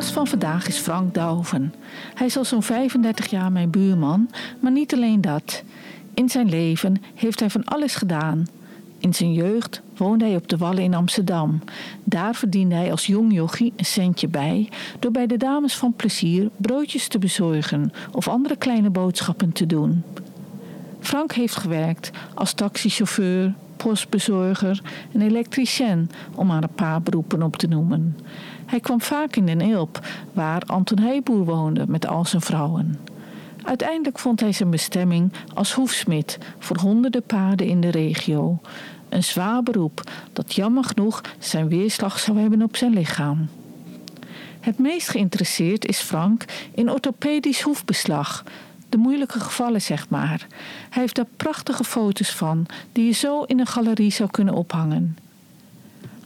van vandaag is Frank Douwen. Hij is al zo'n 35 jaar mijn buurman, maar niet alleen dat. In zijn leven heeft hij van alles gedaan. In zijn jeugd woonde hij op de Wallen in Amsterdam. Daar verdiende hij als jong jochie een centje bij... door bij de dames van plezier broodjes te bezorgen... of andere kleine boodschappen te doen. Frank heeft gewerkt als taxichauffeur, postbezorger en elektricien, om maar een paar beroepen op te noemen. Hij kwam vaak in Den Ilp, waar Anton Heijboer woonde met al zijn vrouwen. Uiteindelijk vond hij zijn bestemming als hoefsmid voor honderden paarden in de regio. Een zwaar beroep dat jammer genoeg zijn weerslag zou hebben op zijn lichaam. Het meest geïnteresseerd is Frank in orthopedisch hoefbeslag, de moeilijke gevallen, zeg maar. Hij heeft daar prachtige foto's van, die je zo in een galerie zou kunnen ophangen.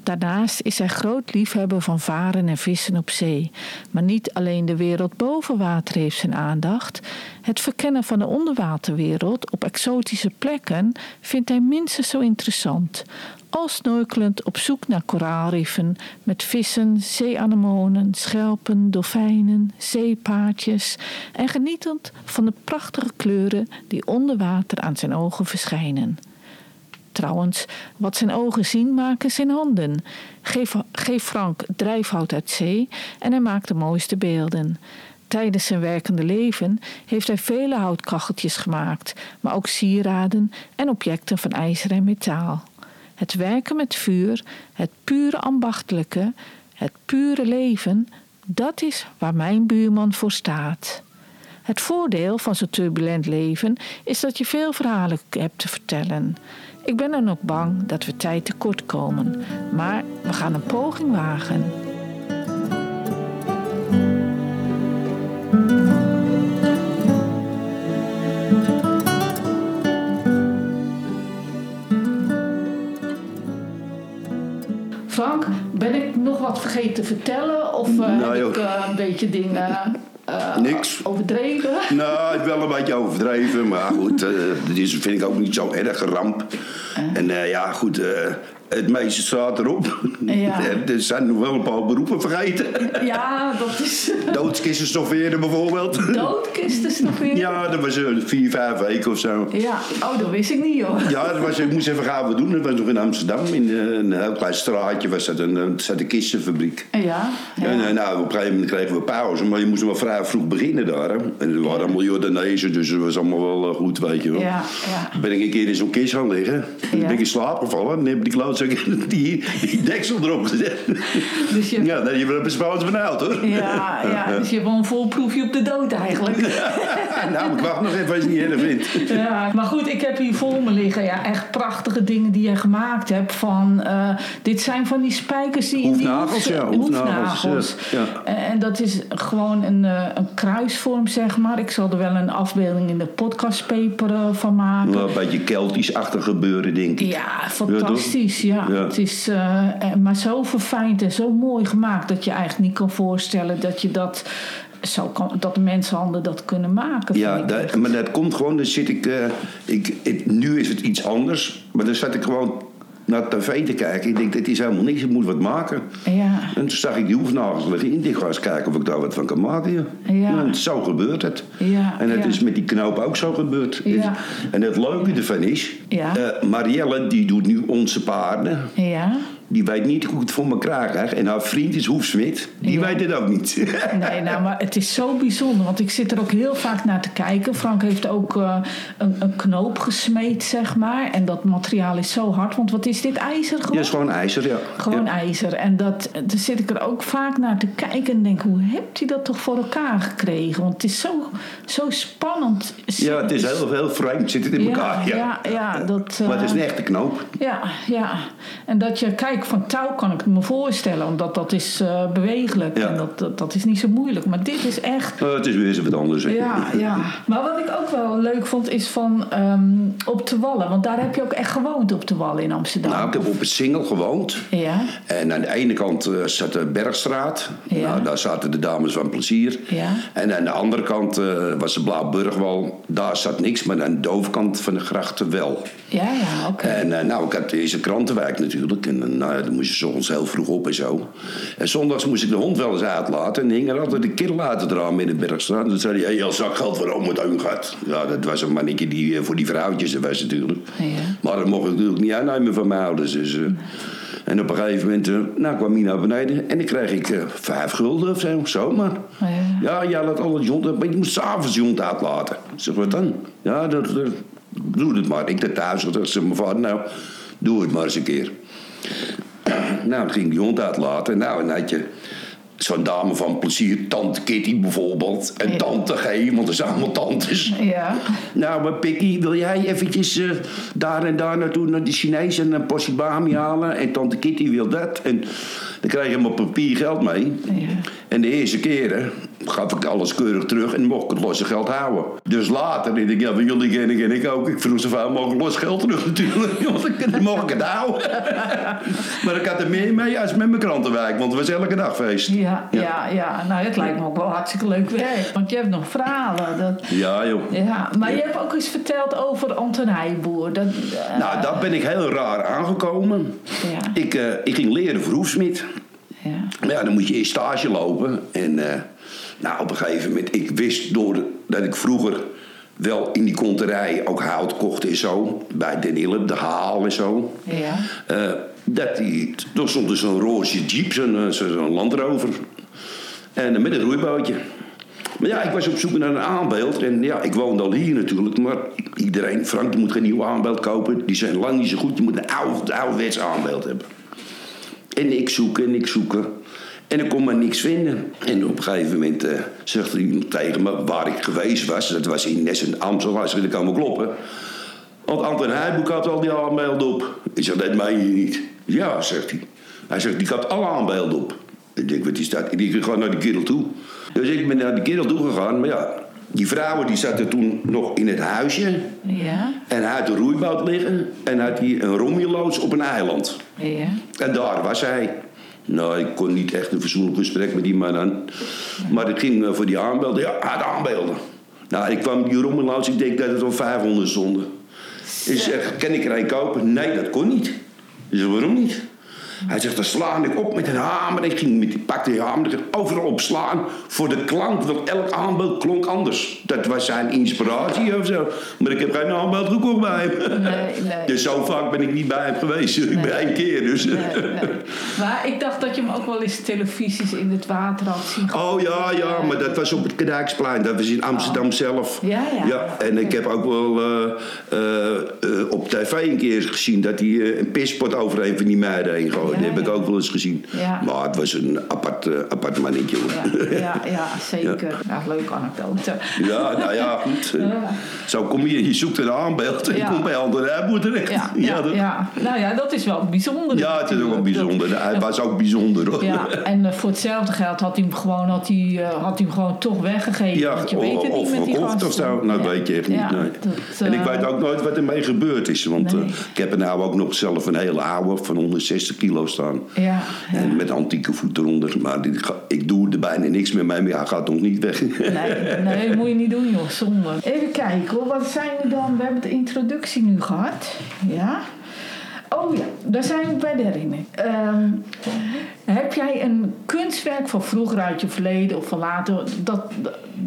Daarnaast is hij groot liefhebber van varen en vissen op zee. Maar niet alleen de wereld boven water heeft zijn aandacht. Het verkennen van de onderwaterwereld op exotische plekken vindt hij minstens zo interessant. Al snorkelend op zoek naar koraalriffen met vissen, zeeanemonen, schelpen, dolfijnen, zeepaardjes. En genietend van de prachtige kleuren die onder water aan zijn ogen verschijnen. Trouwens, wat zijn ogen zien maken zijn handen. Geef, geef, Frank drijfhout uit zee en hij maakt de mooiste beelden. Tijdens zijn werkende leven heeft hij vele houtkacheltjes gemaakt, maar ook sieraden en objecten van ijzer en metaal. Het werken met vuur, het pure ambachtelijke, het pure leven, dat is waar mijn buurman voor staat. Het voordeel van zo'n turbulent leven is dat je veel verhalen hebt te vertellen. Ik ben dan ook bang dat we tijd tekort komen, maar we gaan een poging wagen. Frank, ben ik nog wat vergeten te vertellen of uh, Nou, heb joh. ik eh, een beetje dingen eh, Niks. overdreven? Nou, het is wel een beetje overdreven, maar goed, eh, dit is, vind ik ook niet zo erg een ramp. En eh, ja, goed, eh, het meeste staat erop. Ja. er zijn nog wel een paar beroepen vergeten. Ja, dat is Doodskisten stofferen bijvoorbeeld. doodkist is nog weer. Ja, dat was een vier, vijf weken of zo. Ja, oh, dat wist ik niet hoor. Ja, dat was, ik moest even gaan wat doen. Dat was nog in Amsterdam, in eh, een heel klein straatje, was dat een, een, zat een kistenfabriek. Ja, En, ja. eh, nou, op een gegeven moment kregen we pauze, maar je moest wel vrij vroeg beginnen daar. Hè. En er waren allemaal Jordanezen, dus dat was allemaal wel eh, goed, weet je wel. Ja, ja. Ben ik een keer in zo'n kist gaan liggen. Ja. Dan ben ik in slaap gevallen. En heb die klootzak die, die deksel erop gezet. Dus je, ja. Ja, dan heb je wel bespaard benauwd hoor. Ja, dus je won vol proefje op de dood eigenlijk. nou, ik wacht nog even als je het niet erg vindt. Ja, maar goed, ik heb hier voor me liggen ja, echt prachtige dingen die je gemaakt hebt. Van, eh, dit zijn van die spijkers die in die Hoefnagels, hoefs- ja, hoefnagels, hoefnagels. ja, ja. En, en dat is gewoon een, eh, een kruisvorm, zeg maar. Ik zal er wel een afbeelding in de podcastpaper eh, van maken. Wel een beetje Keltisch-achtig gebeuren, denk ik. Ja, fantastisch. Ja, Ja. Het is, eh, eh, maar zo verfijnd en zo mooi gemaakt dat je eigenlijk niet kan voorstellen dat je dat zo kan, dat de mensenhanden dat kunnen maken. Ja, vind ik. dat- maar dat komt gewoon, dan zit ik, eh, ik, ik- Nu is het iets anders, maar dan zat ik gewoon naar tv te kijken. Ik denk, dit is helemaal niks, ik moet wat maken. ja. En toen zag ik die hoefnagels liggen in. Ik ga eens kijken of ik daar wat van kan maken. joh. Ja. En zo gebeurt het. Ja, en het ja. is met die knoop ook zo gebeurd. Ja. En het leuke ervan is... Ja. eh, Marielle, die doet nu onze paarden. Ja, Die weet niet hoe ik het voor elkaar krijg. En haar vriend is hoefsmid. Die Ja. weet het ook niet. nee, nou, maar het is zo bijzonder, want ik zit er ook heel vaak naar te kijken. Frank heeft ook eh, een, een knoop gesmeed, zeg maar. En dat materiaal is zo hard, want wat is dit ijzer Ja, gewoon? is gewoon ijzer, ja. Gewoon Ja. ijzer. En dat, eh, daar zit ik er ook vaak naar te kijken en denk, hoe hebt hij dat toch voor elkaar gekregen? Want het is zo, zo spannend. Ja, het is heel, heel vreemd. Zit het in Ja, elkaar, ja. ja, ja, dat, Maar het is eh, een echte knoop. Ja, ja. En dat je, kijk, van touw kan ik me voorstellen, omdat dat is eh, bewegelijk Ja. en dat, dat, dat is niet zo moeilijk. Maar dit is echt Eh, het is weer eens wat anders. hè. ja, ja. Maar wat ik ook wel leuk vond is van ehm, op de Wallen. Want daar heb je ook echt gewoond op de Wallen in Amsterdam. Nou, ik heb op een single gewoond. Ja, En aan de ene kant eh, zat de Bergstraat. Ja. Nou, daar zaten de dames van plezier. Ja. En aan de andere kant eh, was de Blauwburgwal. Daar zat niks, maar aan de overkant van de grachten wel. ja, ja, oké. En eh, nou, ik had deze krantenwijk natuurlijk. En dan eh, dan moest je soms heel vroeg op en zo. En zondags moest ik de hond wel eens uitlaten. En hing er altijd een kerel uit het raam in de Bergstraat. En dan zei hij, hey, als zakgeld voor om het oom gaat. Ja, dat was een mannetje die eh, voor die vrouwtjes er was natuurlijk. Ja. Maar dat mocht ik natuurlijk niet aannemen van mijn ouders. Dus, eh, En op een gegeven moment eh, nou, kwam hij naar beneden. En dan kreeg ik eh, vijf gulden of zo, zomaar. Ja. Ja, jij laat altijd je hond... uit, Maar je moet s'avonds je hond uitlaten. Ik Zeg, wat dan? Ja, dat, dat, doe het maar. Ik deed thuis. Ik zeg, mijn vader, nou, doe het maar eens een keer. Nou, dan ging die hond uitlaten. Nou, en dan had je zo'n dame van plezier, tante Kitty bijvoorbeeld. En Ja. tante G, want er zijn allemaal tantes. Ja. Nou, maar Pikkie, wil jij eventjes eh, daar en daar naartoe naar de Chinees en een portie bami halen? En tante Kitty wil dat. En dan krijg je maar papier geld mee. Ja. En de eerste keren gaf ik alles keurig terug en mocht ik het losse geld houden. Dus later dacht ik, ja, van jullie ken ik en ik ook. Ik vroeg zoveel mogelijk los geld terug natuurlijk, want ik mocht ik het houden. maar ik had er meer mee als met mijn krantenwijk, want het was elke dag feest. Ja, ja, ja. Nou, het lijkt me ook wel hartstikke leuk werk. Want je hebt nog verhalen. Dat, Ja, joh. ja. Maar je hebt ook eens verteld over Anton Heijboer. Dat, eh, Nou, daar ben ik heel raar aangekomen. Ja. Ik, eh, ik ging leren verhoefsmid. ja. Maar ja, dan moet je in stage lopen. En eh, nou, op een gegeven moment, ik wist door dat ik vroeger wel in die konterij ook hout kocht en zo. Bij Den Hillep, de Haal en zo. Ja. Eh, dat die, er stond dus een roze jeep, zo'n eh, zo- zo'n Land Rover. En eh, met een roeibootje. Maar ja, ik was op zoek naar een aanbeeld. En ja, ik woonde al hier natuurlijk. Maar iedereen, Frank, je moet geen nieuw aanbeeld kopen. Die zijn lang niet zo goed. Je moet een oud, ouderwets aanbeeld hebben. En ik zoek en ik zoeken. En ik kon maar niks vinden. En op een gegeven moment eh, zegt er iemand tegen me waar ik geweest was. Dat was in Nes en Amstel. Hij zegt, dat kan wel kloppen. Want Anton Heijboek had al die aanbeelden op. Ik zeg, dat meen je niet. Ja, zegt hij. Hij zegt, die had alle aanbeelden op. Ik denk, wat is dat? Ik denk, ik ga naar die kerel toe. Dus ik ben naar die kerel toe gegaan. Maar ja, die vrouwen die zaten toen nog in het huisje. Ja. En hij had een roeiboot liggen. En had hij een rommeloos op een eiland. Ja. En daar was hij. Nou, ik kon niet echt een verzoenlijk gesprek met die man aan. Maar het ging eh, voor die aanbeelden. Ja, hij had aanbeelden. Nou, ik kwam die rommeloods. Ik denk dat het al 500 stonden. Ik zeg, kan ik er een kopen? Nee, dat kon niet. Ik zeg, waarom niet? Hij zegt, dan slaan ik op met een hamer. Ik ging met die, pakte die hamer, ik ging overal op slaan. Voor de klank, want elk aanbeeld klonk anders. Dat was zijn inspiratie of zo. Maar ik heb geen aanbeeld gekocht bij hem. Nee, nee. Dus zo vaak ben ik niet bij hem geweest. Ik ben één keer, dus... Nee, nee. Maar ik dacht dat je hem ook wel eens televisies in het water had zien gaan. Oh ja, ja, maar dat was op het Kadijksplein. Dat was in Amsterdam zelf. Oh. Ja, ja. en ik heb ook wel eh, eh, eh, op tv een keer gezien dat hij eh, een pispot over een van die meiden heen gooide. Ja, dat heb ja. ik ook wel eens gezien. Ja. Maar het was een apart, eh, apart mannetje. hoor. Ja, ja, ja zeker. Ja, leuke anekdote. Ja, nou ja, goed. Eh, Ja. Zo kom je, je zoekt een aanbeeld en je Ja. komt bij Ander Rijboer terecht. Ja, ja, dat- ja. Nou ja, dat is wel bijzonder. ja, het is ook wel natuurlijk. Dat- bijzonder. Hij was ook bijzonder hoor. Ja, en eh, voor hetzelfde geld had hij hem gewoon, had hij, eh, had hij hem gewoon toch weggegeven. Ja, want je of- weet het of niet met die verkocht gasten. of zo. Nou, Ja. weet je echt niet. Ja, nee. dat, en eh, ik weet ook nooit wat ermee gebeurd is. Want Nee. eh, ik heb er nou ook nog zelf een hele oude van 160 kilo staan. Ja, ja. En met antieke voet eronder. Maar die ga- ik doe er bijna niks mee. Maar hij gaat nog niet weg. Nee, nee, dat moet je niet doen, joh. Zonde. Even kijken, hoor. Wat zijn we dan? We hebben de introductie nu gehad. Ja. Oh ja, daar zijn we bij de herinnering. Ehm, heb jij een kunstwerk van vroeger uit je verleden of van later... dat,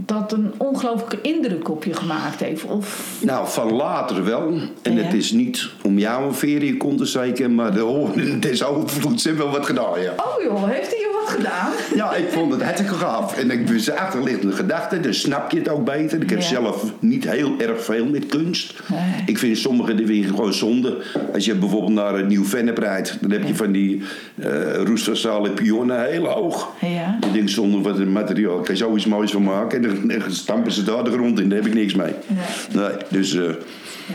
dat een ongelooflijke indruk op je gemaakt heeft? Of... nou, van later wel. En Ja. het is niet om jou een verie kon te zeiken. Maar de horen des overvloeds hebben wel wat gedaan, ja. Oh joh, heeft hij je wat gedaan? Ja, ik vond het hartstikke gaaf. En ik was achterliggende gedachten, dan snap je het ook beter. Ik heb Ja. zelf niet heel erg veel met kunst. Nee. Ik vind sommige dingen gewoon zonde. Als je bijvoorbeeld naar een nieuw Vennep rijdt, dan heb je van die eh roesterzale pionnen heel hoog. Ja. Ik denk, zonder wat een materiaal, ik kan je zoiets moois van maken. En dan stampen ze daar de grond in, daar heb ik niks mee. Nee. Nee, dus, eh,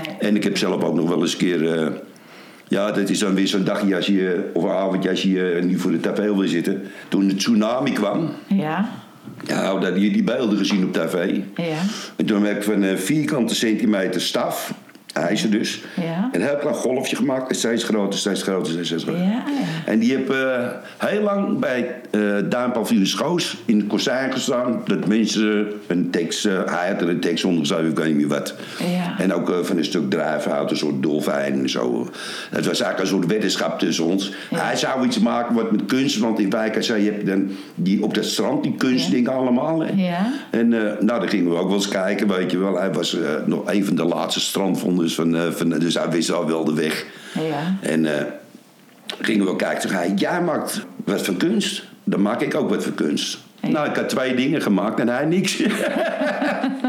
Nee. En ik heb zelf ook nog wel eens een keer... eh, ja, dat is dan weer zo'n dagje als je, of een avondje als je eh, nu voor de tapijl wil zitten. Toen de tsunami kwam, Ja, nou, dat had je die beelden gezien op tv. ja, En toen heb ik van een vierkante eh, centimeter staf ijzer dus. Ja. Een heel klein golfje gemaakt. En steeds groter, steeds groter, steeds groter. Ja, ja. En die heb eh, heel lang bij eh Duinpaviljoen Schoos in het kozijn gestaan. Dat mensen een tekst, eh, hij had er een tekst onder gezet, ik weet niet meer wat. Ja. En ook eh, van een stuk drijfhout, een soort dolfijn en zo. Het was eigenlijk een soort weddenschap tussen ons. Hij zou iets maken wat met kunst, want in Wijk, hij zei, je hebt dan die, op dat strand die kunstdingen allemaal. Hè? Ja. En eh, nou, daar gingen we ook wel eens kijken, weet je wel. Hij was eh, nog een van de laatste strandvonders, van, eh, van, dus hij wist al wel de weg. Ja. En eh, gingen we kijken. Toen zei hij, jij maakt wat voor kunst. Dan maak ik ook wat voor kunst. Nou, ik had twee dingen gemaakt en hij niks. Dus,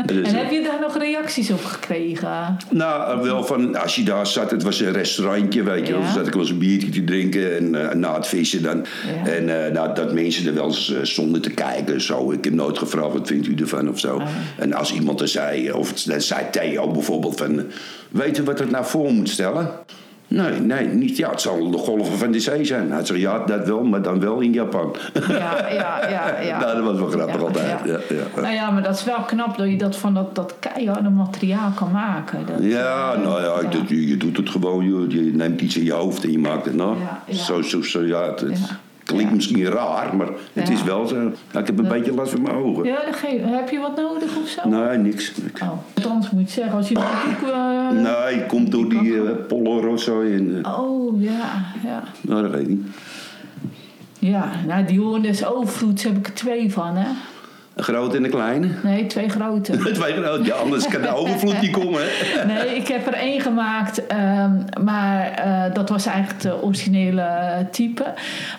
En eh, heb je daar nog reacties op gekregen? nou, wel van als je daar zat, het was een restaurantje, weet je wel. Ja. Dan zat ik wel eens een biertje te drinken en eh, na het vissen dan. Ja. En eh, nou, dat mensen er wel eens eh, stonden te kijken, zo. Ik heb nooit gevraagd, wat vindt u ervan of zo. Ah. En als iemand er zei, eh, of het- dat zei Theo bijvoorbeeld, van... eh, Weet u wat het nou voor moet stellen? Nee, nee, niet. Ja, het zal de golven van de zee zijn. Hij zei, ja, dat wel, maar dan wel in Japan. Ja, ja, ja. ja. Nou, dat was wel grappig altijd. Ja, ja. Nou ja, maar dat is wel knap dat je dat van dat, dat keiharde materiaal kan maken. Dat, Ja, nou ja, ik- dat- je, je doet het gewoon. Je, je neemt iets in je hoofd en je maakt het nou. Ja, ja. Zo, zo, zo, ja. Het, het Ja. klinkt misschien raar, maar het Ja. is wel zo. Ja, ik heb een beetje last van mijn ogen. Ja, dan geef- heb je wat nodig of zo? Nee, niks. niks. Oh, althans moet ik zeggen, als je dat boek... eh, Nee, komt door die uh, Polorosso en... eh, Oh, ja, ja. nou, dat weet ik niet. Ja, nou die hoornes overvloeds heb ik er twee van, hè. Een grote en een kleine. Nee, twee grote. Twee grote. Ja, anders kan de overvloed niet komen, hè. Nee, ik heb er één gemaakt, ehm, maar eh, dat was eigenlijk de originele eh, type.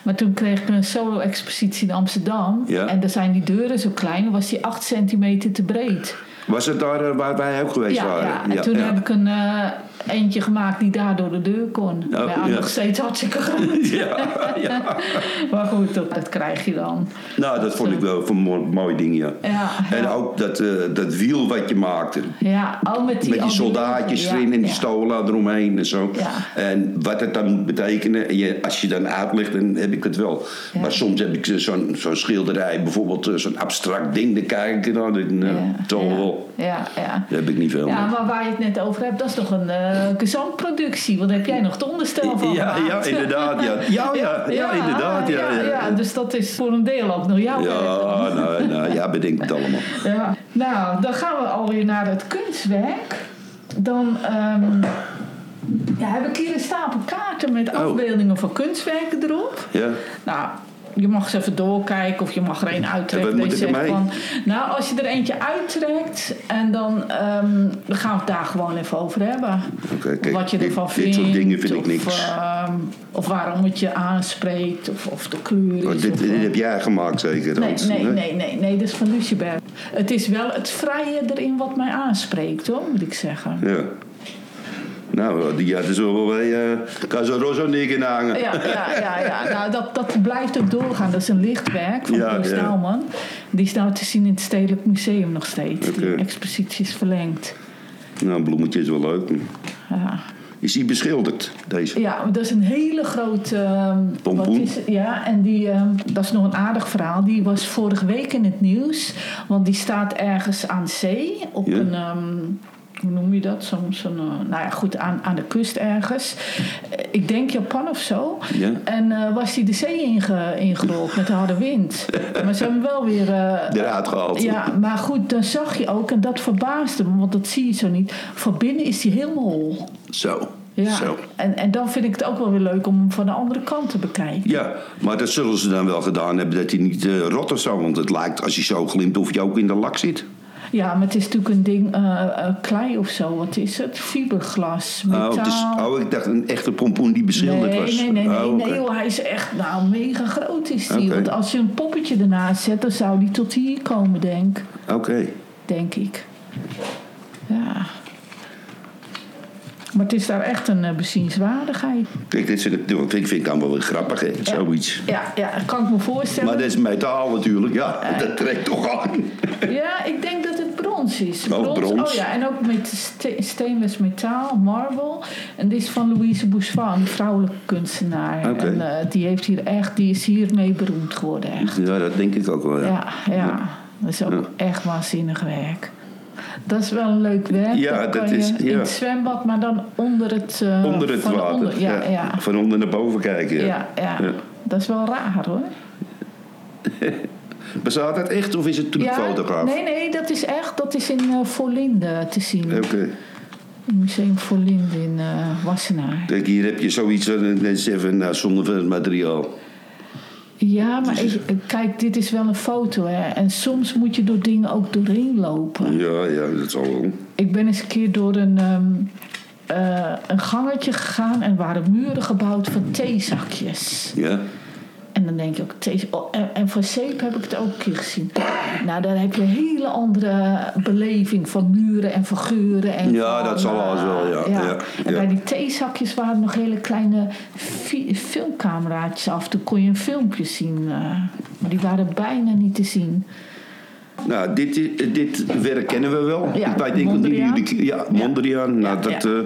Maar toen kreeg ik een solo-expositie in Amsterdam. Ja. En daar zijn die deuren zo klein, dan was die 8 centimeter te breed. Was het daar eh, waar wij ook geweest Ja, waren? ja, en toen heb ik een eh, eentje gemaakt die daar door de deur kon. Oh, ja, ja. nog steeds hartstikke groot. ja, ja. Maar goed, dat, dat krijg je dan. Nou, dat vond ik wel een mooi, mooi ding, ja. Ja, En ja. ook dat, eh, dat wiel wat je maakte. Ja, al met die, Met al die die- soldaatjes ja, erin en die ja. stola eromheen en zo. Ja. En wat het dan moet betekenen, en je, als je dan uitlegt, dan heb ik het wel. Ja. Maar soms heb ik zo- zo'n zo'n schilderij, bijvoorbeeld eh, zo'n abstract ding, dan kijk ik dan, dan eh, Ja, toch ja, wel. Ja, ja. Daar heb ik niet veel. Ja, mee. maar waar je het net over hebt, dat is toch een eh gezangproductie. Want daar heb jij nog het onderstel van ja, gemaakt. ja, inderdaad. Ja, ja, ja, ja inderdaad. Ja, ja. ja, dus dat is voor een deel ook nog jouw werk dan. Ja, nou, nou, ja, bedenk het allemaal. Ja. Nou, dan gaan we alweer naar het kunstwerk. Dan ehm, ja, heb ik hier een stapel kaarten Oh. met afbeeldingen van kunstwerken erop. Ja. Nou, je mag ze even doorkijken of je mag er een uittrekken. En wat Dat moet je ik zegt ermee? nou, als je er eentje uittrekt en dan, ehm, dan gaan we het daar gewoon even over hebben. Oké, kijk, Wat je dit- ervan dit vindt. soort dingen vind ik of, niks. ehm, of waarom het je aanspreekt of, of de kleur is. Oh, dit, of, dit heb jij gemaakt zeker? Nee, Hans? nee, nee, nee, nee, dat is van Lucieberg. Het is wel het vrije erin wat mij aanspreekt, hoor, moet ik zeggen. Ja. Nou, die hadden ze wel bij uh, Casa Rosso neer kunnen hangen. Ja, ja, ja, ja. Nou, dat, dat blijft ook doorgaan. Dat is een lichtwerk van Ja, Koos ja. Nauwman. Die is nou te zien in het Stedelijk Museum nog steeds. Die Oké. expositie is verlengd. Nou, een bloemetje is wel leuk. maar- Ja, Is die beschilderd, deze? ja maar dat is een hele grote... ehm, Pompoen. wat is het? ja, en die, ehm, dat is nog een aardig verhaal. Die was vorige week in het nieuws. Want die staat ergens aan zee. Op Ja. een... ehm, hoe noem je dat? Soms een... eh, nou ja, goed, aan, aan de kust ergens. Eh, Ik denk Japan of zo. Ja. En eh, was hij de zee inge, ingerold met de harde wind. maar ze hebben hem wel weer... eh, Eruit gehaald. ja, maar goed, dan zag je ook, en dat verbaasde me, want dat zie je zo niet. Van binnen is hij helemaal hol. Zo. Ja. Zo. En, en dan vind ik het ook wel weer leuk om hem van de andere kant te bekijken. Ja, maar dat zullen ze dan wel gedaan hebben dat hij niet eh rot of zo. Want het lijkt, als hij zo glimt, of hij ook in de lak zit. Ja, maar het is natuurlijk een ding, eh, eh, klei of zo, wat is het? Fiberglas, metaal. Oh, het is, oh, ik dacht een echte pompoen die beschilderd nee, was. nee, nee, nee, Oh, oké. nee, joh, hij is echt, nou, mega groot is die. Oké. Want als je een poppetje ernaast zet, dan zou die tot hier komen, denk, Oké. denk ik. Ja. Maar het is daar echt een eh, bezienswaardigheid. Kijk, dit vind ik, want ik vind het dan wel weer grappig, hè, zoiets. Ja, ja, kan ik me voorstellen. Maar dat is metaal natuurlijk, ja. Dat trekt toch aan. Ja, ik denk dat het brons is. Oh, brons. Oh ja, en ook met ste stainless metaal, marble. En dit is van Louise Bouchvan, een vrouwelijke kunstenaar. Oké. En eh, die, heeft hier echt, die is hiermee beroemd geworden, echt. Ja, dat denk ik ook wel, ja. Ja, ja. Dat is ook echt waanzinnig werk. Dat is wel een leuk werk. Ja, Dan kan dat je is- ja. In het zwembad, maar dan onder het, eh, onder het van water. onder- ja, ja. Ja. Van onder naar boven kijken. Ja, Ja. Ja. Dat is wel raar hoor. Bestaat dat echt of is het Ja, trucfotograaf? nee, nee, dat is echt. Dat is in eh Voorlinde te zien. Oké. Museum Voorlinde in eh, Wassenaar. Kijk, hier heb je zoiets en dan zeg je van, nou, zonder van het materiaal. Ja, maar ik- kijk, dit is wel een foto hè. En soms moet je door dingen ook doorheen lopen. Ja, ja, dat zal wel. Ik ben eens een keer door een, ehm, eh, een gangetje gegaan en waren muren gebouwd van theezakjes. Ja. En dan denk je ook, thee, oh, en, en voor zeep heb ik het ook een keer gezien. Nou, daar heb je een hele andere beleving van muren en figuren. En Ja, van, dat zal eh, alles wel, ja, ja, En ja. bij die theezakjes waren nog hele kleine fi- filmcameraatjes af. Toen kon je een filmpje zien. eh, maar die waren bijna niet te zien. Nou, dit, i- dit werk kennen we wel. Ja, Wij denken nu Mondriaan. jullie- ja, Mondriaan. Nou, Ja, dat, ja. eh,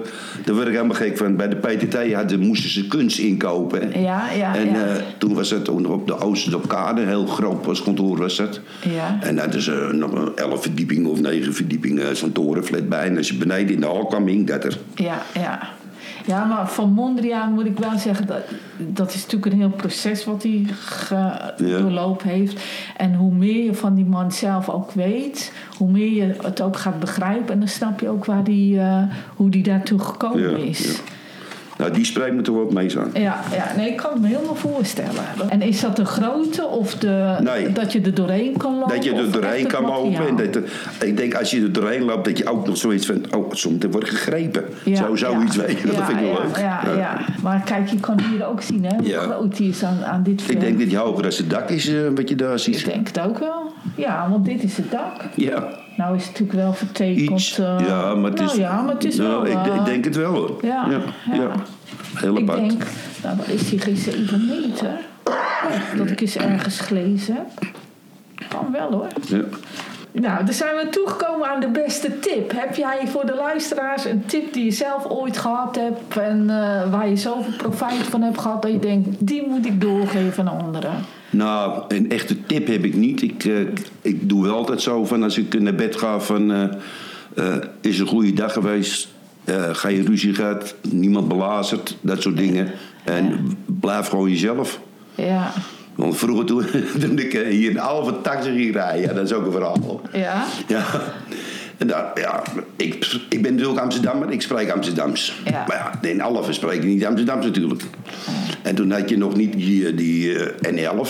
daar werd ik helemaal gek van. Bij de PTT hadden, moesten ze kunst inkopen. hè. Ja, ja, En ja. eh, toen was het onder op de Oosterdokade, een heel groot postkantoor was dat. Ja. En dat is eh, nog een elf verdiepingen of negen verdiepingen, eh, zo'n torenflat bij. En als je beneden in de hal kwam, hing dat er. Ja, ja. Ja, maar van Mondriaan moet ik wel zeggen, dat, dat is natuurlijk een heel proces wat hij ge- Ja. doorlopen heeft. En hoe meer je van die man zelf ook weet, hoe meer je het ook gaat begrijpen. En dan snap je ook waar die, eh, hoe die daartoe gekomen Ja, is. Nou, die spreekt me toch wel mee aan. Ja. ja, nee, ik kan het me helemaal voorstellen. En is dat de grootte of de, Nee. dat je er doorheen kan lopen? Dat je of er Oh, echt doorheen het kan lopen. En materiaal? dat, er- ik denk als je er doorheen loopt, dat je ook nog zoiets van. Oh, soms wordt gegrepen. Zo, zoiets weet je. Dat ja, vind ik wel ja, leuk. Ja, Ja. ja. Maar kijk, je kan hier ook zien hè, hoe Ja. groot die is aan, aan dit Ik film. denk dat je hoger als het dak is eh, wat je daar ziet. Ik denk het ook wel. Ja, want dit is het dak. Ja, Nou is het natuurlijk wel vertekend. iets. eh, ja, maar het is. nou ja, maar het is nou, wel... ik, eh, ik denk het wel hoor. ja, ja. ja. Heel ik apart. denk, nou wat is die geen 7 meter? Dat ik eens ergens gelezen heb. Kan wel hoor. Ja. Nou, dan zijn we toegekomen aan de beste tip. Heb jij voor de luisteraars een tip die je zelf ooit gehad hebt en eh, waar je zoveel profijt van hebt gehad dat je denkt, die moet ik doorgeven aan anderen? Nou, een echte tip heb ik niet. Ik, eh, ik doe wel altijd zo van als ik naar bed ga van... eh, eh, is een goede dag geweest, eh, ga je ruzie gehad, niemand belazert, dat soort dingen. En blijf gewoon jezelf. Ja. Want vroeger toen, toen ik eh, hier in halve taxi ging rijden, ja, dat is ook een verhaal. hoor. Ja? Ja. En daar, ja, ik, ik ben natuurlijk Amsterdammer, ik spreek Amsterdams. Ja. Maar ja, in Alphen spreek ik niet Amsterdams natuurlijk. En toen had je nog niet die, eh, die eh, N11.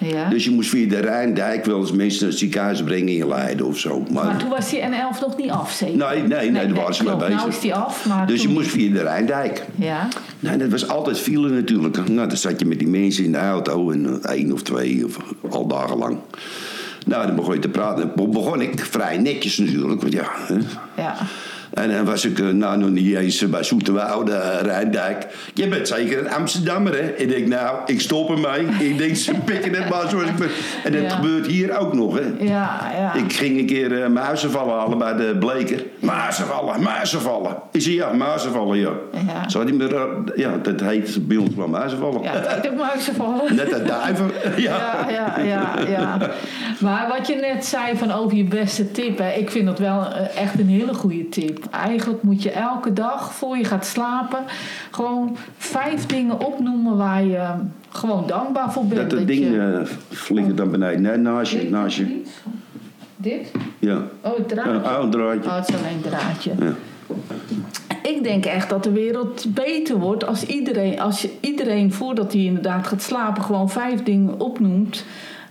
Ja. Dus je moest via de Rijndijk wel eens mensen naar het ziekenhuis brengen in Leiden of zo. Maar, Maar toen was die N11 nog niet af, zeker? Ah, nee, nee, nee, daar waren ze mee klopt. bezig. Nou is die af, maar dus je toen- moest via de Rijndijk. Ja, Nee, dat was altijd file natuurlijk. Nou, dan zat je met die mensen in de auto en eh, één of twee of eh, al dagenlang. Nou, dan begon je te praten. Dan begon ik vrij netjes natuurlijk, want ja. Hè. ja. En dan was ik, eh, nou nog niet eens eh, bij Zoeterwoude, eh, Rijndijk. Je bent zeker een Amsterdammer, hè? Ik denk, nou, ik stop ermee. Ik denk, ze pikken het maar zoals ik ben. En dat Ja. gebeurt hier ook nog, hè? Ja, ja. Ik ging een keer eh, muizenvallen halen bij de bleker. Muizenvallen, muizenvallen. Ik zei ja, muizenvallen, ja. Ja. Zou die me ra- ja, dat heet bij ons wel muizenvallen. Ja, dat ik maar ook zo van. Net een duiven. Ja. Ja, ja, ja, ja. Maar wat je net zei van over je beste tip, hè, ik vind dat wel eh, echt een hele goede tip. Eigenlijk moet je elke dag voor je gaat slapen gewoon vijf dingen opnoemen waar je eh, gewoon dankbaar voor bent. Dat dat ding je- eh, flikkert dan beneden. Nee, naast je, naast je. Eh, Dit? Ja. Oh, het draadje. Een oud draadje. Oh, het is alleen een draadje. Ja. Ik denk echt dat de wereld beter wordt als iedereen, als je iedereen voordat hij inderdaad gaat slapen, gewoon vijf dingen opnoemt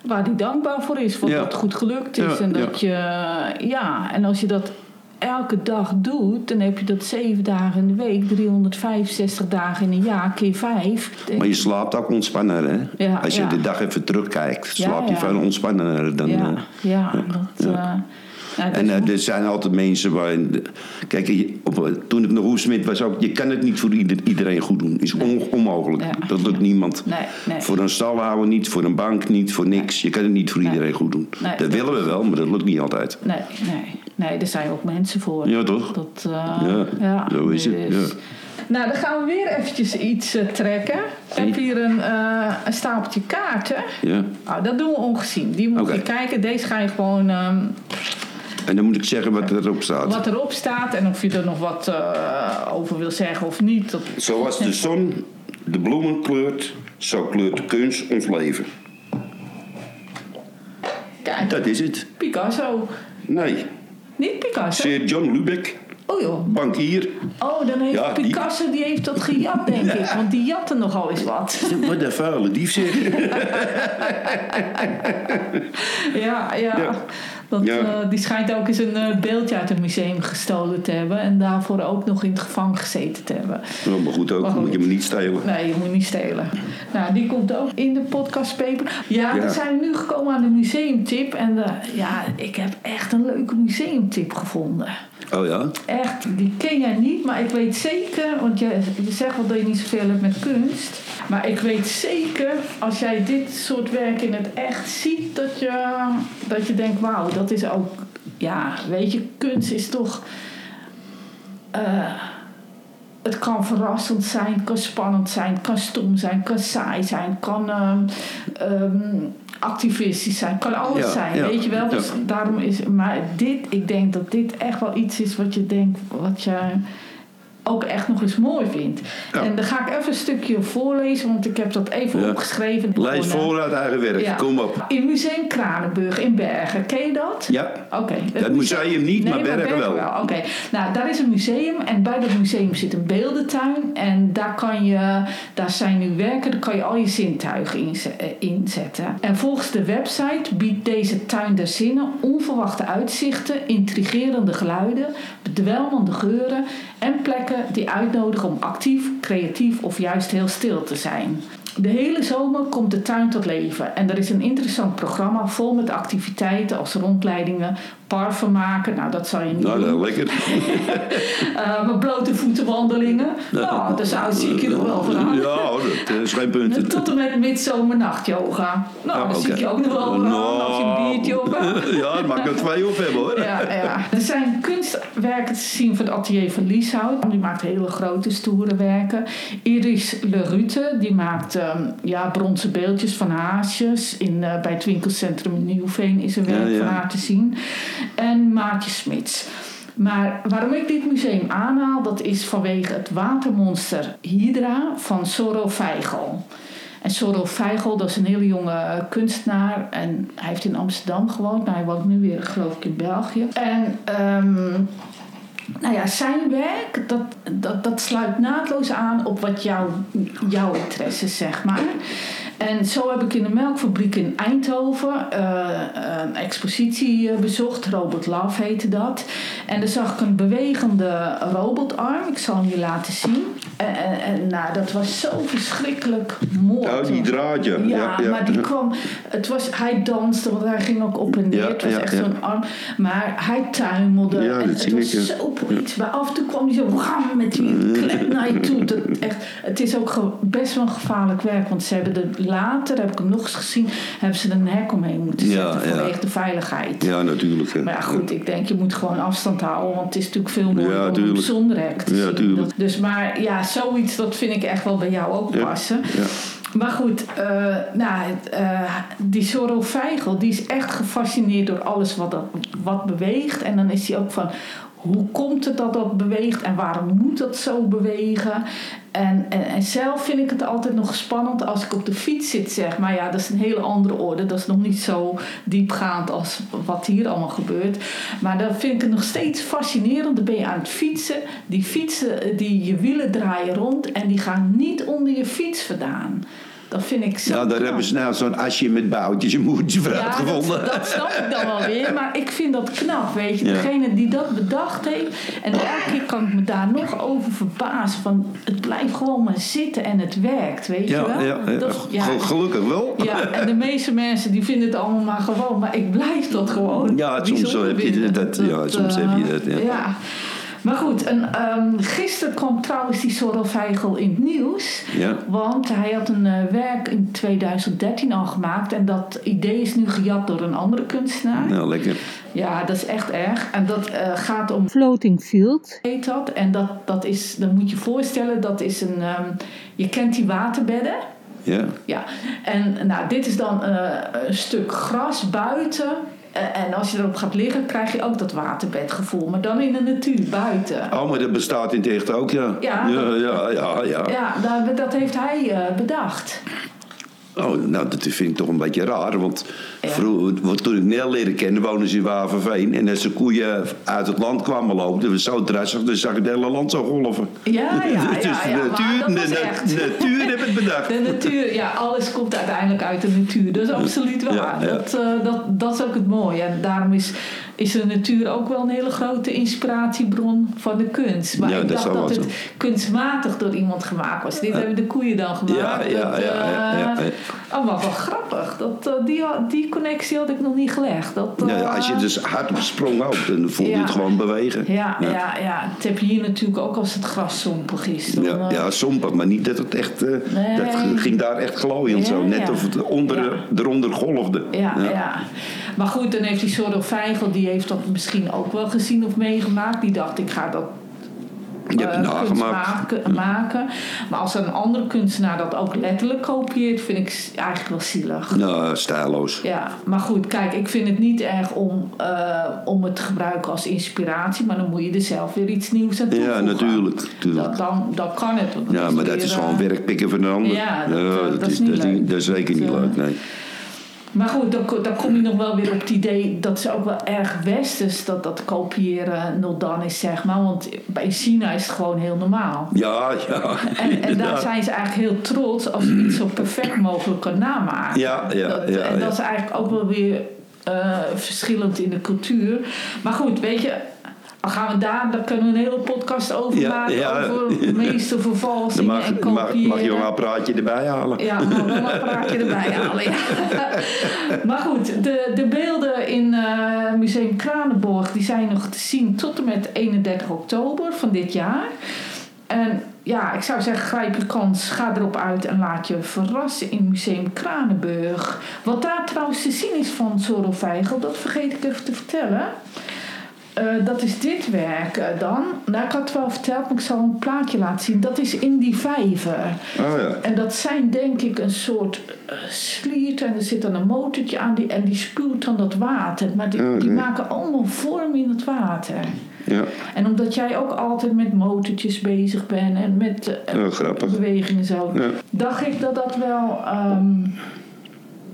waar hij dankbaar voor is. Voor Ja. dat het goed gelukt is. Ja, en dat je, ja, en als je dat elke dag doet, dan heb je dat zeven dagen in de week, 365 dagen in een jaar, keer vijf. Maar je slaapt ook ontspanner, hè? Ja, Als je ja. de dag even terugkijkt, Ja, slaapt je ja. veel ontspanner dan... ja, eh, ja, dat. eh, nou, dat En is eh, er zijn altijd mensen waar... Kijk, je- op, eh, toen ik nog hoefsmid was ook... Je kan het niet voor ieder- iedereen goed doen. is on- onmogelijk. Ja. Dat lukt niemand. Nee, nee. Voor een stalhouder niet, voor een bank niet, voor niks. Je kan het niet voor Nee. iedereen goed doen. Nee, dat dat willen we wel, maar dat lukt niet altijd. Nee, nee, nee, er zijn ook mensen voor. Ja, toch? Dat, eh, dus. Ja, zo is het, ja. Nou, dan gaan we weer eventjes iets eh, trekken. Ik heb hier een, eh, een stapeltje kaarten. Ah, Ja. Nou, dat doen we ongezien. Die moet Oké. je kijken. Deze ga je gewoon ehm, En dan moet ik zeggen wat erop staat. Wat erop staat en of je er nog wat eh, over wil zeggen of niet. Dat, Zoals de zon de bloemen kleurt, zo kleurt de kunst ons leven. kijk, Dat is het. Picasso. Nee, Niet Picasso. Sir John Lubeck, Oh joh. bankier. Oh, dan heeft Ja, die- Picasso die... heeft dat gejat, denk ik. Want die jatte nogal eens wat. Wat een vuile dief zeg. ja, ja. Ja. Dat, Ja. eh, die schijnt ook eens een eh, beeldje uit een museum gestolen te hebben. En daarvoor ook nog in het gevangen gezeten te hebben. Nou, maar goed ook, Maar goed. moet je me niet stelen. Nee, je moet niet stelen. Nou, die komt ook in de podcastpaper. Ja, Ja. we zijn nu gekomen aan de museumtip. En eh, ja, ik heb echt een leuke museumtip gevonden. Oh ja? Echt, die ken jij niet, maar ik weet zeker... Want je, je zegt wel dat je niet zoveel hebt met kunst. Maar ik weet zeker, als jij dit soort werk in het echt ziet... dat je, dat je denkt, wauw, dat is ook... Ja, weet je, kunst is toch... eh, het kan verrassend zijn, het kan spannend zijn, het kan stom zijn, het kan saai zijn, het kan ehm, ehm, activistisch zijn, het kan alles Ja, zijn, ja, weet je wel. Dus ja. daarom is, maar dit, ik denk dat dit echt wel iets is wat je denkt, wat je ook echt nog eens mooi vindt. Ja. En dan ga ik even een stukje voorlezen, want ik heb dat even Ja. opgeschreven. Lijst Gewoon, eh, voor uit eigen werk, Ja. kom op. In Museum Kranenburg in Bergen, ken je dat? Ja, Oké. het museum niet, maar Nee, Bergen wel. Oké, nou daar is een museum en bij dat museum zit een beeldentuin. En daar, kan je, daar zijn nu werken, daar kan je al je zintuigen inze- eh, inzetten. En volgens de website biedt deze tuin der zinnen onverwachte uitzichten, intrigerende geluiden, bedwelmende geuren en plekken die uitnodigen om actief, creatief of juist heel stil te zijn. De hele zomer komt de tuin tot leven en er is een interessant programma vol met activiteiten als rondleidingen, parfum maken, nou dat zal je niet nou doen, dat lekker. Eh, maar blote voetenwandelingen, nou daar zou zie ik je nog wel van aan. Ja, hoor, dat eh, is geen punt. Tot en met midzomernacht yoga, nou Ah, daar zie ik oké. Nou. je ook nog wel van aan als je een biertje op hebt. Ja, dat mag ik er twee op hebben hoor. Ja, ja. Er zijn kunstwerken te zien van het atelier van Lieshout. Die maakt hele grote, stoere werken. Iris Le Rute, die maakt ehm, ja, bronzen beeldjes van haasjes. In, eh, bij het winkelcentrum in Nieuwveen is een Ja, werk ja. van haar te zien. En Maartje Smits. Maar waarom ik dit museum aanhaal, dat is vanwege het watermonster Hydra van Soro Vijgel. En Sorrel Vijgel, dat is een hele jonge eh, kunstenaar. En hij heeft in Amsterdam gewoond, maar hij woont nu weer, geloof ik, in België. En ehm, nou ja, zijn werk, dat, dat, dat sluit naadloos aan op wat jouw jouw interesses, zeg maar. En zo heb ik in de melkfabriek in Eindhoven eh, een expositie eh, bezocht. Robot Love heette dat. En daar zag ik een bewegende robotarm. Ik zal hem je laten zien. En, en, en, nou, dat was zo verschrikkelijk mooi. Nou, die draadje. Ja, maar die kwam. Het was, hij danste, want hij ging ook op en neer. Ja, het was ja, echt ja. zo'n arm. Maar hij tuimelde. Ja, en dat het zie was ik, ja. zo poëtisch. Maar af en toe kwam hij zo ram met die klep naar je toe. Dat echt, het is ook ge- best wel een gevaarlijk werk. Want ze hebben er later, heb ik hem nog eens gezien, hebben ze er een hek omheen moeten Ja, zetten ja. vanwege de veiligheid. Ja, natuurlijk. hè. Maar ja, goed, ik denk je moet gewoon afstand houden, want het is natuurlijk veel mooier Ja, om hem tuurlijk. zonder hek te Ja, zien. tuurlijk. Dus maar ja, zoiets, dat vind ik echt wel bij jou ook Ja, passen. ja. Maar goed, eh, nou, het, eh, die Sorrel Vijgel, die is echt gefascineerd door alles wat, dat, wat beweegt. En dan is hij ook van, hoe komt het dat dat beweegt en waarom moet dat zo bewegen? En, en, en zelf vind ik het altijd nog spannend als ik op de fiets zit, zeg maar. Ja, dat is een hele andere orde. Dat is nog niet zo diepgaand als wat hier allemaal gebeurt. Maar dan vind ik het nog steeds fascinerend. Dan ben je aan het fietsen. Die fietsen, eh, die je wielen draaien rond en die gaan niet onder je fiets vandaan. Dat vind ik zo Nou, daar knap. hebben ze nou zo'n asje met boutjes en moedertje voor Ja, uitgevonden. Dat, dat snap ik dan wel weer, maar ik vind dat knap, weet je. Ja. Degene die dat bedacht heeft, en elke keer kan ik me daar nog over verbazen, van het blijft gewoon maar zitten en het werkt, weet je Ja, wel. ja, ja. Dat, ja. Gel- gelukkig wel. Ja, en de meeste mensen die vinden het allemaal maar gewoon, maar ik blijf dat gewoon. Ja, soms eh, bijzonder heb je vinden. dat- ja, soms eh, heb je dat, ja. Maar goed, en, ehm, gisteren kwam trouwens die Sorrel Vijgel in het nieuws. Ja. Want hij had een eh, werk in 2013 al gemaakt. En dat idee is nu gejat door een andere kunstenaar. Nou, lekker. Ja, dat is echt erg. En dat eh, gaat om floating field, heet dat. En dat, dat is, dan moet je voorstellen, dat is een... ehm, je kent die waterbedden. Ja. Ja, en nou, dit is dan eh, een stuk gras buiten. Eh, En als je erop gaat liggen, krijg je ook dat waterbedgevoel. Maar dan in de natuur, buiten. Oh, maar dat bestaat in het echt ook, ja. Ja. Ja, ja, ja. ja. Ja, daar- dat heeft hij eh, bedacht. Oh, nou, dat vind ik toch een beetje raar. Want Ja. vroeger, want toen ik Nel leerde kennen, woonden ze in Waverveen. En als de koeien uit het land kwamen lopen, dat was zo drassig, dan zag ik het hele land zo golven. Ja, ja, ja. dus ja, de maar natuur, dat was de na- echt. natuur heeft het bedacht. De natuur, ja, alles komt uiteindelijk uit de natuur. Dat is absoluut waar. Ja, ja. Dat, eh, dat, dat is ook het mooie. En daarom is, is de natuur ook wel een hele grote inspiratiebron van de kunst. Maar Ja, ik dat is dacht wel dat zo. het kunstmatig door iemand gemaakt was. Dit hebben de koeien dan gemaakt. Ja, ja, Dat, ja, ja, ja, eh, Oh, maar wel grappig. Dat, eh, die, had- die connectie had ik nog niet gelegd. Dat, Nou ja, eh, als je dus hard op sprong houdt, dan voel je Ja. het gewoon bewegen. ja, ja. ja. Ja, Dat heb je hier natuurlijk ook als het gras zompig is. Dan, Ja, eh, ja, sompig, maar niet dat het echt... eh, Nee. Dat g- ging daar echt glooiend Ja, zo. Net ja. of het onder, Ja. eronder golfde. Ja, ja. Maar goed, dan heeft die Sordo Vijgel, die heeft dat misschien ook wel gezien of meegemaakt. Die dacht, ik ga dat Je hebt het eh, nagemaakt. Hm. kunstmaken- maken. Maar als een andere kunstenaar dat ook letterlijk kopieert, vind ik s- eigenlijk wel zielig. Nou, stijloos. Ja, maar goed, kijk, ik vind het niet erg om, eh, om het te gebruiken als inspiratie, maar dan moet je er zelf weer iets nieuws aan Ja, toevoegen. natuurlijk. natuurlijk. Dat, dan, dan kan het. want Ja, maar dat weer, is eh, gewoon werk pikken van een ander. Ja, dat, eh, dat is dat niet leuk. dat is zeker Dat, niet eh, leuk, nee. Maar goed, dan, ko- dan kom je nog wel weer op het idee dat ze ook wel erg westers dat dat kopiëren nog dan is, zeg maar. Want bij China is het gewoon heel normaal. Ja, ja. En, en daar inderdaad. zijn ze eigenlijk heel trots als je iets zo perfect mogelijk kan namaken. Ja, ja, dat, ja, en dat ja. is eigenlijk ook wel weer eh, verschillend in de cultuur. Maar goed, weet je, dan gaan we daar, daar kunnen we een hele podcast over Ja, maken. ja. Over de meeste Dan vervalsingen en mag, mag, kopiëren. mag je wel een praatje erbij halen. Ja, oh, maar wel een praatje erbij halen. Ja. Maar goed, de, de beelden in eh, Museum Kranenborg die zijn nog te zien tot en met 31 oktober van dit jaar. En ja, ik zou zeggen, grijp je kans, ga erop uit en laat je verrassen in Museum Kranenburg. Wat daar trouwens te zien is van Zorro Vijgel, dat vergeet ik even te vertellen. Eh, dat is dit werk eh, dan. Nou, ik had het wel verteld, maar ik zal een plaatje laten zien. Dat is in die vijver. Oh ja. En dat zijn denk ik een soort eh, sliert en er zit dan een motortje aan die, en die spuwt dan dat water. Maar die, die Oké. maken allemaal vorm in het water. ja. En omdat jij ook altijd met motortjes bezig bent en met eh, Ja, Oh, grappig. bewegingen zo, Ja. dacht ik dat dat wel, ehm,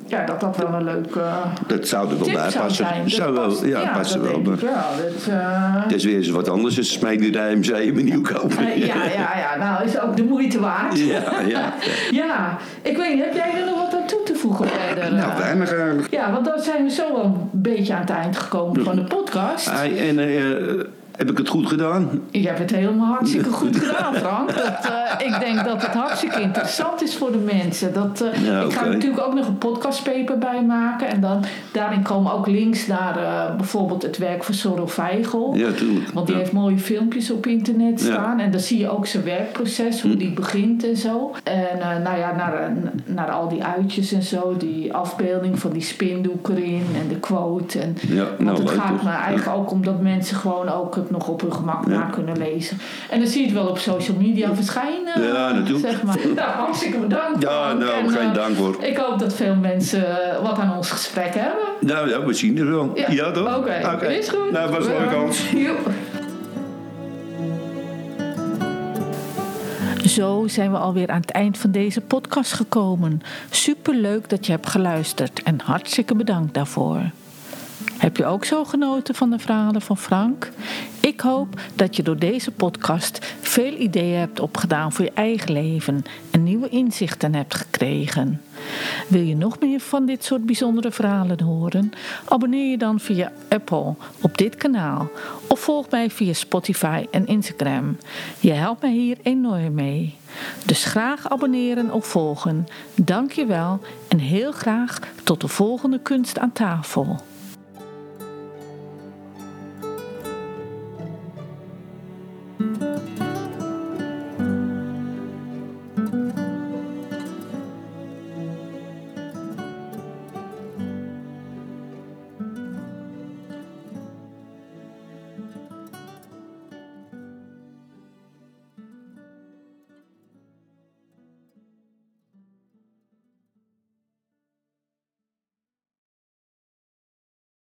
ja, dat dat wel een leuke Dat zou er wel tip bij zou passen. zijn. Dat Zou wel, past- ja, past er dat wel denk bij. ik wel. Dat, eh, Het is weer eens wat anders. Het smijt MC in Nieuwkoop. eh, ja, ja, ja, nou is ook de moeite waard. Ja, ja. Ja, ik weet niet, heb jij er nog wat aan toe te voegen verder? eh? Nou, weinig eigenlijk. Ja, want dan zijn we zo wel een beetje aan het eind gekomen van de podcast. Hey, en eh, heb ik het goed gedaan? Je hebt het helemaal hartstikke goed gedaan, Frank. Dat, eh, ik denk dat het hartstikke interessant is voor de mensen. Dat, eh, Ja, Ik ga oké. natuurlijk ook nog een podcastpaper bij maken. En dan, daarin komen ook links naar eh, bijvoorbeeld het werk van Sorrel Vijgel. Ja, tuurlijk. Want die Ja. heeft mooie filmpjes op internet Ja. Hm. staan. En dan zie je ook zijn werkproces, hoe die begint en zo. En eh, nou ja, naar, eh, naar al die uitjes en zo. Die afbeelding van die spindoek erin en de quote. En, Ja, want nou, het leuk, gaat toch? me eigenlijk ook omdat mensen gewoon ook het nog op hun gemak na kunnen lezen. En dan zie je het wel op social media verschijnen. Ja, natuurlijk. Zeg maar. Nou, hartstikke bedankt. Ja, Frank. nou, En, geen eh, dank hoor. Ik hoop dat veel mensen eh, wat aan ons gesprek hebben. Nou ja, we zien het wel. Ja, toch? Oké, is goed. Nou, was wel een kans. Joep. Zo zijn we alweer aan het eind van deze podcast gekomen. Superleuk dat je hebt geluisterd en hartstikke bedankt daarvoor. Heb je ook zo genoten van de verhalen van Frank? Ik hoop dat je door deze podcast veel ideeën hebt opgedaan voor je eigen leven en nieuwe inzichten hebt gekregen. Wil je nog meer van dit soort bijzondere verhalen horen? Abonneer je dan via Apple op dit kanaal of volg mij via Spotify en Instagram. Je helpt mij hier enorm mee. Dus graag abonneren of volgen. Dank je wel en heel graag tot de volgende kunst aan tafel.